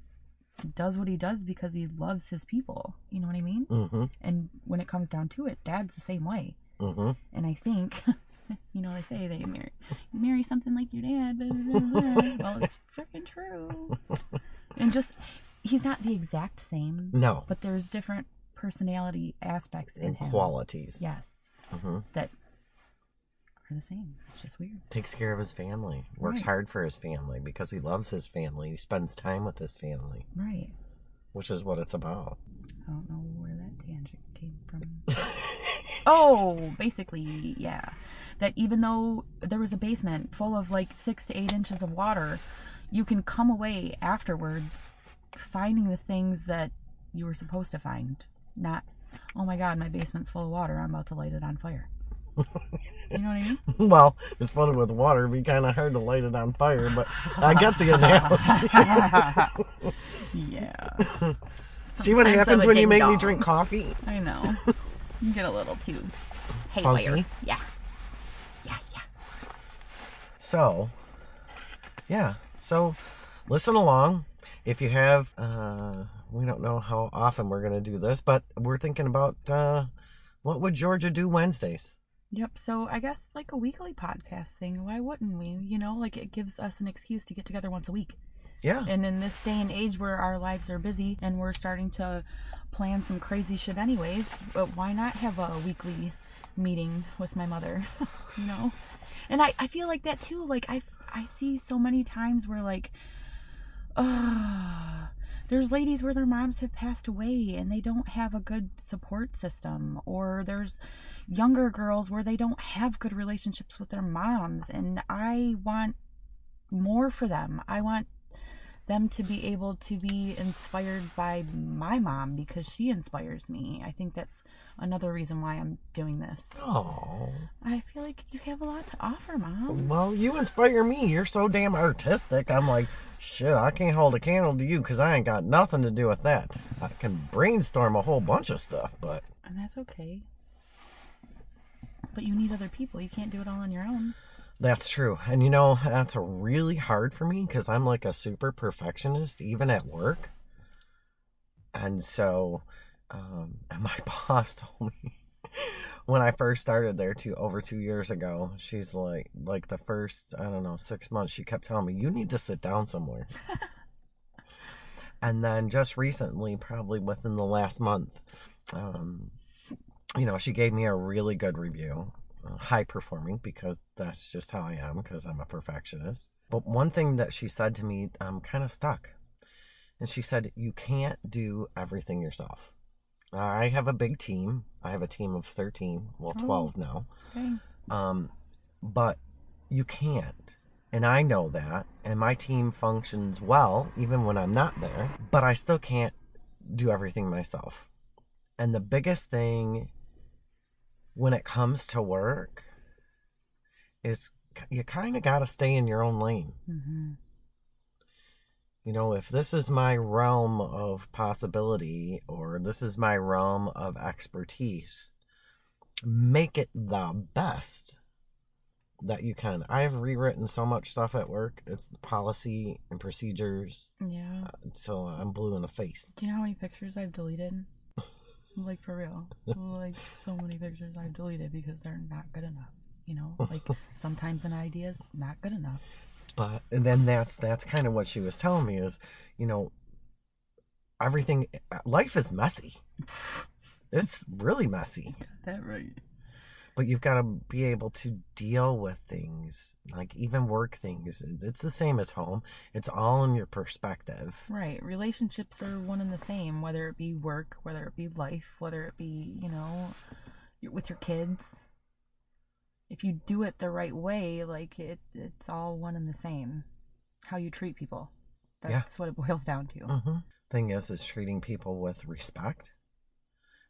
[SPEAKER 1] does what he does because he loves his people. You know what I mean?
[SPEAKER 2] Mhm.
[SPEAKER 1] And when it comes down to it, dad's the same way.
[SPEAKER 2] Mhm.
[SPEAKER 1] And I think, you know, they say they marry, marry something like your dad. Blah, blah, blah, blah. well, it's freaking true. And just, he's not the exact same,
[SPEAKER 2] No.
[SPEAKER 1] but there's different personality aspects in
[SPEAKER 2] Mm-hmm. And
[SPEAKER 1] him.
[SPEAKER 2] qualities.
[SPEAKER 1] Yes,
[SPEAKER 2] Mhm.
[SPEAKER 1] that are the same. It's just weird.
[SPEAKER 2] Takes care of his family. Works
[SPEAKER 1] Right.
[SPEAKER 2] hard for his family because he loves his family. He spends time with his family,
[SPEAKER 1] Right.
[SPEAKER 2] which is what it's about.
[SPEAKER 1] I don't know where that tangent came from. oh, basically, yeah. That even though there was a basement full of like six to eight inches of water, you can come away afterwards finding the things that you were supposed to find. Not, oh my god, my basement's full of water. I'm about to light it on fire. you know what I mean?
[SPEAKER 2] well, it's flooded with water. It'd be kind of hard to light it on fire, but I get the analogy.
[SPEAKER 1] yeah.
[SPEAKER 2] See what
[SPEAKER 1] Sometimes I'm
[SPEAKER 2] happens
[SPEAKER 1] a
[SPEAKER 2] when you make me
[SPEAKER 1] ding-dong.
[SPEAKER 2] drink coffee?
[SPEAKER 1] I know. You get a little too haywire.
[SPEAKER 2] Funky?
[SPEAKER 1] Yeah. Yeah, yeah.
[SPEAKER 2] So, yeah. So, listen along. If you have, uh, we don't know how often we're going to do this, but we're thinking about uh, what would Georgia do Wednesdays?
[SPEAKER 1] Yep. So I guess like a weekly podcast thing. Why wouldn't we? You know, like it gives us an excuse to get together once a week.
[SPEAKER 2] Yeah.
[SPEAKER 1] And in this day and age where our lives are busy and we're starting to plan some crazy shit anyways, but why not have a weekly meeting with my mother? you know? And I, I feel like that too. Like I I see so many times where like uh, there's ladies where their moms have passed away and they don't have a good support system or there's younger girls where they don't have good relationships with their moms and I want more for them. I want them to be able to be inspired by my mom because she inspires me. I think that's another reason why I'm doing this.
[SPEAKER 2] Oh.
[SPEAKER 1] I feel like you have a lot to offer, mom.
[SPEAKER 2] Well, you inspire me. You're so damn artistic. I'm like, shit, I can't hold a candle to you because I ain't got nothing to do with that. I can brainstorm a whole bunch of stuff, but
[SPEAKER 1] And that's okay. But you need other people. You can't do it all on your own.
[SPEAKER 2] That's true. And you know, that's really hard for me because I'm like a super perfectionist, even at work. And so, um, and my boss told me when I first started there two over two years ago, she's like, like the first, I don't know, six months, she kept telling me, you need to sit down somewhere. and then just recently, probably within the last month, um, you know, she gave me a really good review uh, high performing because that's just how I am because I'm a perfectionist. But one thing that she said to me, I'm kind of stuck. And she said, You can't do everything yourself. I have a big team. I have a team of 13, well,
[SPEAKER 1] Oh.
[SPEAKER 2] 12 now
[SPEAKER 1] Okay.
[SPEAKER 2] um, but you can't. And I know that, and my team functions well even when I'm not there, but I still can't do everything myself. And the biggest thing when it comes to work is k- you kind of got to stay in your own lane.
[SPEAKER 1] Mm-hmm.
[SPEAKER 2] You know, if this is my realm of possibility or this is my realm of expertise, make it the best that you can. I've rewritten so much stuff at work. It's policy and procedures.
[SPEAKER 1] Yeah.
[SPEAKER 2] So I'm blue in the face.
[SPEAKER 1] Do you know how many pictures I've deleted? Like for real. Like so many pictures I've deleted because they're not good enough. You know, like sometimes an idea is not good enough.
[SPEAKER 2] but and then that's that's kind of what she was telling me is you know everything life is messy it's really messy
[SPEAKER 1] That right.
[SPEAKER 2] but you've got to be able to deal with things like even work things it's the same as home it's all in your perspective
[SPEAKER 1] Right. Relationships are one and the same, whether it be work, whether it be life, whether it be, you know, y- with your kids. If you do it the right way, like it it's all one and the same. How you treat people.
[SPEAKER 2] Yeah.
[SPEAKER 1] That's what it boils down to.
[SPEAKER 2] hmm thing is is treating people with respect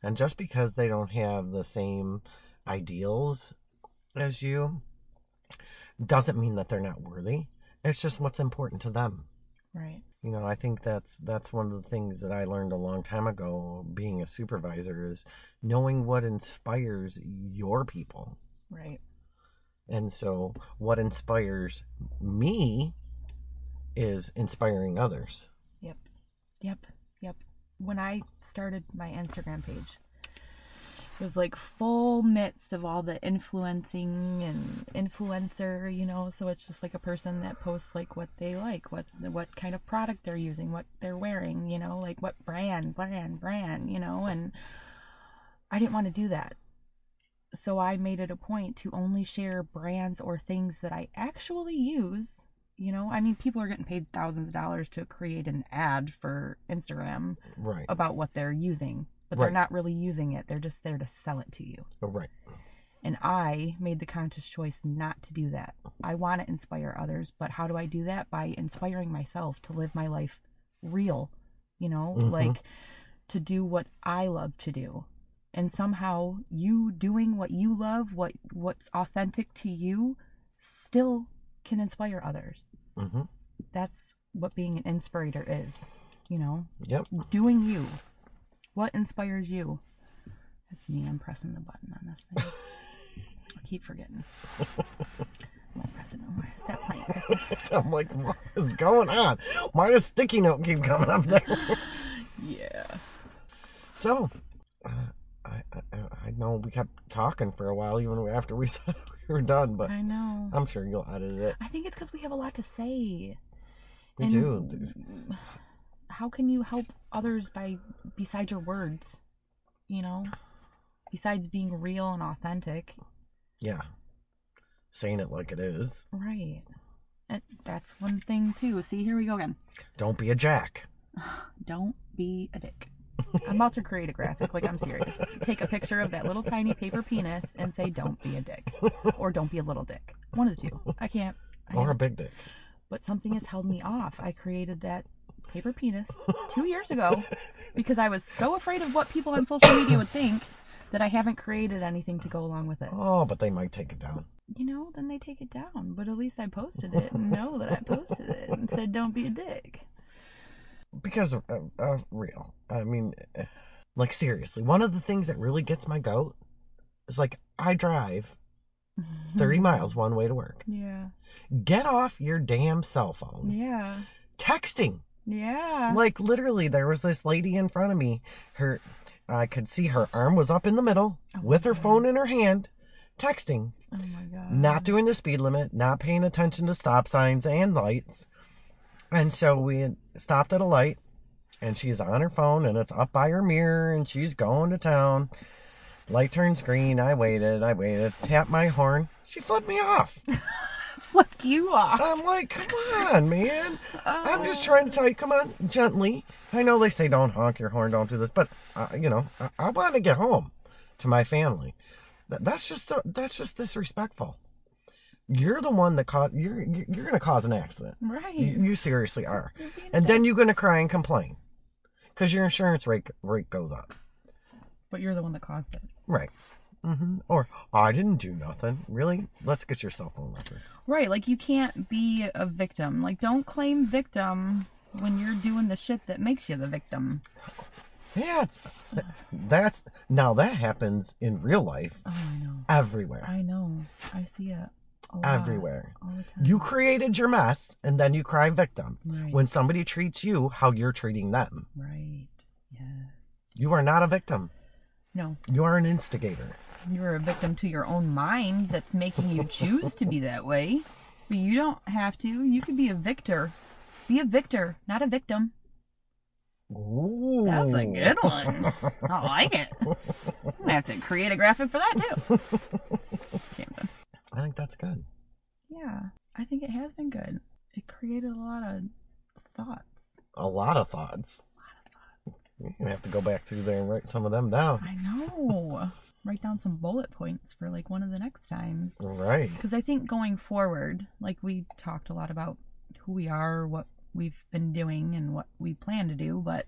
[SPEAKER 2] and just because they don't have the same ideals as you doesn't mean that they're not worthy it's just what's important to them
[SPEAKER 1] Right.
[SPEAKER 2] you know i think that's that's one of the things that i learned a long time ago being a supervisor is knowing what inspires your people
[SPEAKER 1] Right.
[SPEAKER 2] and so what inspires me is inspiring others
[SPEAKER 1] Yep. Yep. Yep. When I started my Instagram page, it was like full midst of all the influencing and influencer, you know, so it's just like a person that posts like what they like, what what kind of product they're using, what they're wearing, you know, like what brand, brand, brand, you know, and I didn't want to do that. So I made it a point to only share brands or things that I actually use you know, I mean, people are getting paid thousands of dollars to create an ad for Instagram
[SPEAKER 2] right
[SPEAKER 1] about what they're using, but
[SPEAKER 2] Right.
[SPEAKER 1] they're not really using it. They're just there to sell it to you.
[SPEAKER 2] Oh, right
[SPEAKER 1] And I made the conscious choice not to do that. I want to inspire others, but how do I do that? By inspiring myself to live my life real, you know,
[SPEAKER 2] Mhm.
[SPEAKER 1] like to do what I love to do. And somehow you doing what you love, what what's authentic to you still can inspire others
[SPEAKER 2] mm-hmm.
[SPEAKER 1] that's what being an inspirator is you know
[SPEAKER 2] yep
[SPEAKER 1] doing you what inspires you that's me i'm pressing the button on this thing i keep forgetting i'm not pressing no more stop playing Kristen.
[SPEAKER 2] i'm like what is going on why does sticky note keep coming up there
[SPEAKER 1] yeah
[SPEAKER 2] so uh, I, I I- i know we kept talking for a while even after we said we were done but
[SPEAKER 1] i know
[SPEAKER 2] i'm sure you'll edit it
[SPEAKER 1] i think it's because we have a lot to say
[SPEAKER 2] we
[SPEAKER 1] And
[SPEAKER 2] do
[SPEAKER 1] how can you help others by besides your words you know besides being real and authentic
[SPEAKER 2] Yeah. Saying it like it is.
[SPEAKER 1] right And that's one thing too see here we go again
[SPEAKER 2] Don't be a jack.
[SPEAKER 1] Don't be a dick. I'm about to create a graphic, like I'm serious. Take a picture of that little tiny paper penis and say, "Don't be a dick," or "Don't be a little dick." One of the two. I can't. I
[SPEAKER 2] Or a
[SPEAKER 1] have-
[SPEAKER 2] big dick.
[SPEAKER 1] but something has held me off. I created that paper penis two years ago because I was so afraid of what people on social media would think that I haven't created anything to go along with it.
[SPEAKER 2] Oh, but they might take it down.
[SPEAKER 1] You know, then they take it down. But at least I posted it and know that I posted it and said, "Don't be a dick."
[SPEAKER 2] Because of, of, of real. I mean, eh, like seriously, one of the things that really gets my goat is like I drive
[SPEAKER 1] Mm-hmm.
[SPEAKER 2] 30 miles one way to work.
[SPEAKER 1] Yeah.
[SPEAKER 2] Get off your damn cell phone.
[SPEAKER 1] Yeah.
[SPEAKER 2] Texting.
[SPEAKER 1] Yeah.
[SPEAKER 2] Like literally there was this lady in front of me. Her I could see her arm was up in the middle
[SPEAKER 1] Oh,
[SPEAKER 2] with her
[SPEAKER 1] God.
[SPEAKER 2] phone in her hand texting.
[SPEAKER 1] Oh my god.
[SPEAKER 2] not doing the speed limit, not paying attention to stop signs and lights. And so we had stopped at a light and she's on her phone and it's up by her mirror and she's going to town. Light turns green. I waited, I waited, tapped my horn. She flipped me off.
[SPEAKER 1] flipped you Oh. off.
[SPEAKER 2] I'm like, come on, man. I'm just trying to tell you, come on, gently. I know they say don't honk your horn, don't do this, but uh, you know, I, I want to get home to my family. Th- that's just so- that's just disrespectful. You're the one that caused. You're you're you're gonna cause an accident.
[SPEAKER 1] Right.
[SPEAKER 2] You, you seriously are,
[SPEAKER 1] You're being a
[SPEAKER 2] and
[SPEAKER 1] dick.
[SPEAKER 2] then you're gonna cry and complain because your insurance rate rate goes up.
[SPEAKER 1] But you're the one that caused it.
[SPEAKER 2] Right. hmm Or I didn't do nothing. Really? Let's get your cell phone record.
[SPEAKER 1] Right. Like you can't be a victim. Like don't claim victim when you're doing the shit that makes you the victim.
[SPEAKER 2] Yeah, it's, that's now that happens in real life
[SPEAKER 1] Oh, I know.
[SPEAKER 2] everywhere.
[SPEAKER 1] I know. I see it a lot,
[SPEAKER 2] everywhere.
[SPEAKER 1] all the time.
[SPEAKER 2] You created your mess and then you cry victim.
[SPEAKER 1] Right.
[SPEAKER 2] When somebody treats you how you're treating them,
[SPEAKER 1] Right. Yes.
[SPEAKER 2] you are not a victim.
[SPEAKER 1] No,
[SPEAKER 2] You are an instigator.
[SPEAKER 1] you're a victim to your own mind that's making you choose to be that way. But you don't have to. You could be a victor. Be a victor, not a victim.
[SPEAKER 2] Ooh.
[SPEAKER 1] That's a good one. I like it. I'm gonna have to create a graphic for that too. Can't be.
[SPEAKER 2] I think that's good.
[SPEAKER 1] Yeah, I think it has been good. It created a lot of thoughts.
[SPEAKER 2] A lot of thoughts. You're gonna have to go back through there and write some of them down.
[SPEAKER 1] I know. Write down some bullet points for like one of the next times.
[SPEAKER 2] Right.
[SPEAKER 1] Because I think going forward, like we talked a lot about who we are, what we've been doing, and what we plan to do. But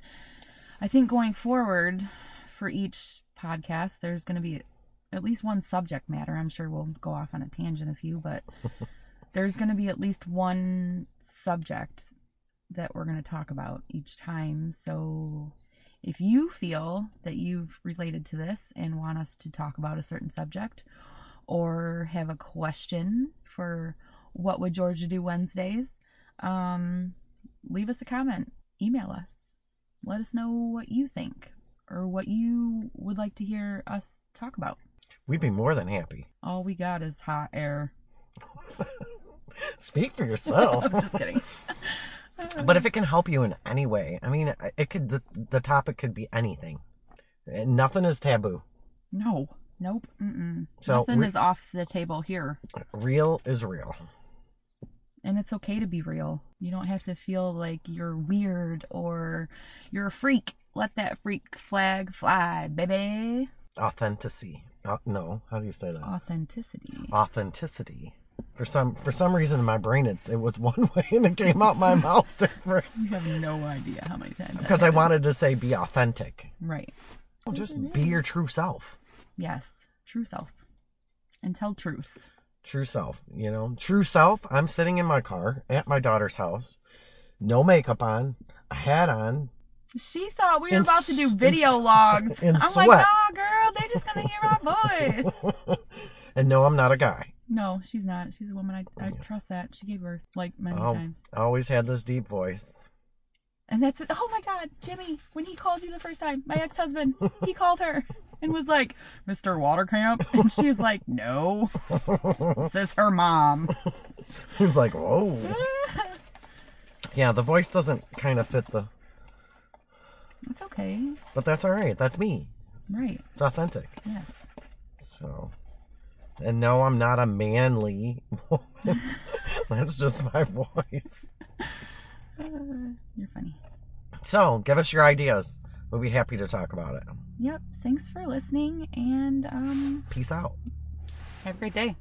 [SPEAKER 1] I think going forward for each podcast, there's going to be at least one subject matter. I'm sure we'll go off on a tangent a few, but there's going to be at least one subject that we're going to talk about each time. So if you feel that you've related to this and want us to talk about a certain subject, or have a question for what would Georgia do Wednesdays, um, leave us a comment, email us, let us know what you think or what you would like to hear us talk about.
[SPEAKER 2] We'd be more than happy.
[SPEAKER 1] All we got is hot air.
[SPEAKER 2] Speak for yourself.
[SPEAKER 1] I'm just kidding.
[SPEAKER 2] Oh. But if it can help you in any way, I mean, it could. The, the topic could be anything. And nothing is taboo.
[SPEAKER 1] no, nope, mm-mm.
[SPEAKER 2] So
[SPEAKER 1] nothing
[SPEAKER 2] we-
[SPEAKER 1] is off the table here,
[SPEAKER 2] Real is real.
[SPEAKER 1] and it's okay to be real. You don't have to feel like you're weird or you're a freak. Let that freak flag fly, baby.
[SPEAKER 2] Authenticity. Uh, no, how do you say that?
[SPEAKER 1] authenticity.
[SPEAKER 2] Uh, Authenticity. For some for some reason in my brain, it's it was one way and it came out my mouth different
[SPEAKER 1] You have no idea how many times. that
[SPEAKER 2] because I
[SPEAKER 1] happened.
[SPEAKER 2] wanted to say be authentic.
[SPEAKER 1] Right.
[SPEAKER 2] Oh, just be your true self.
[SPEAKER 1] Yes. True self. And tell truth.
[SPEAKER 2] True self. You know, true self. I'm sitting in my car at my daughter's house, no makeup on, a hat on,
[SPEAKER 1] She thought we were
[SPEAKER 2] In
[SPEAKER 1] about to do
[SPEAKER 2] s-
[SPEAKER 1] video
[SPEAKER 2] in s-
[SPEAKER 1] logs.
[SPEAKER 2] in
[SPEAKER 1] I'm like,
[SPEAKER 2] sweats.
[SPEAKER 1] nah, girl, they just gonna hear my voice.
[SPEAKER 2] and no, I'm not a guy.
[SPEAKER 1] no, she's not. She's a woman. I, I trust that. She gave birth like many
[SPEAKER 2] Oh,
[SPEAKER 1] times.
[SPEAKER 2] I always had this deep voice.
[SPEAKER 1] And that's it. Oh my God, Jimmy, when he called you the first time, my ex husband, he called her and was like, Mr. Watercamp. And she's like, no, this is her mom.
[SPEAKER 2] He's like, whoa. Yeah, the voice doesn't kind of fit the,
[SPEAKER 1] That's okay.
[SPEAKER 2] but that's all right. That's me.
[SPEAKER 1] Right.
[SPEAKER 2] It's authentic.
[SPEAKER 1] Yes.
[SPEAKER 2] So, and no, I'm not a manly woman. that's just my voice.
[SPEAKER 1] You're funny.
[SPEAKER 2] So, give us your ideas. We'll be happy to talk about it.
[SPEAKER 1] Yep. Thanks for listening and um,
[SPEAKER 2] Peace out.
[SPEAKER 1] have a great day.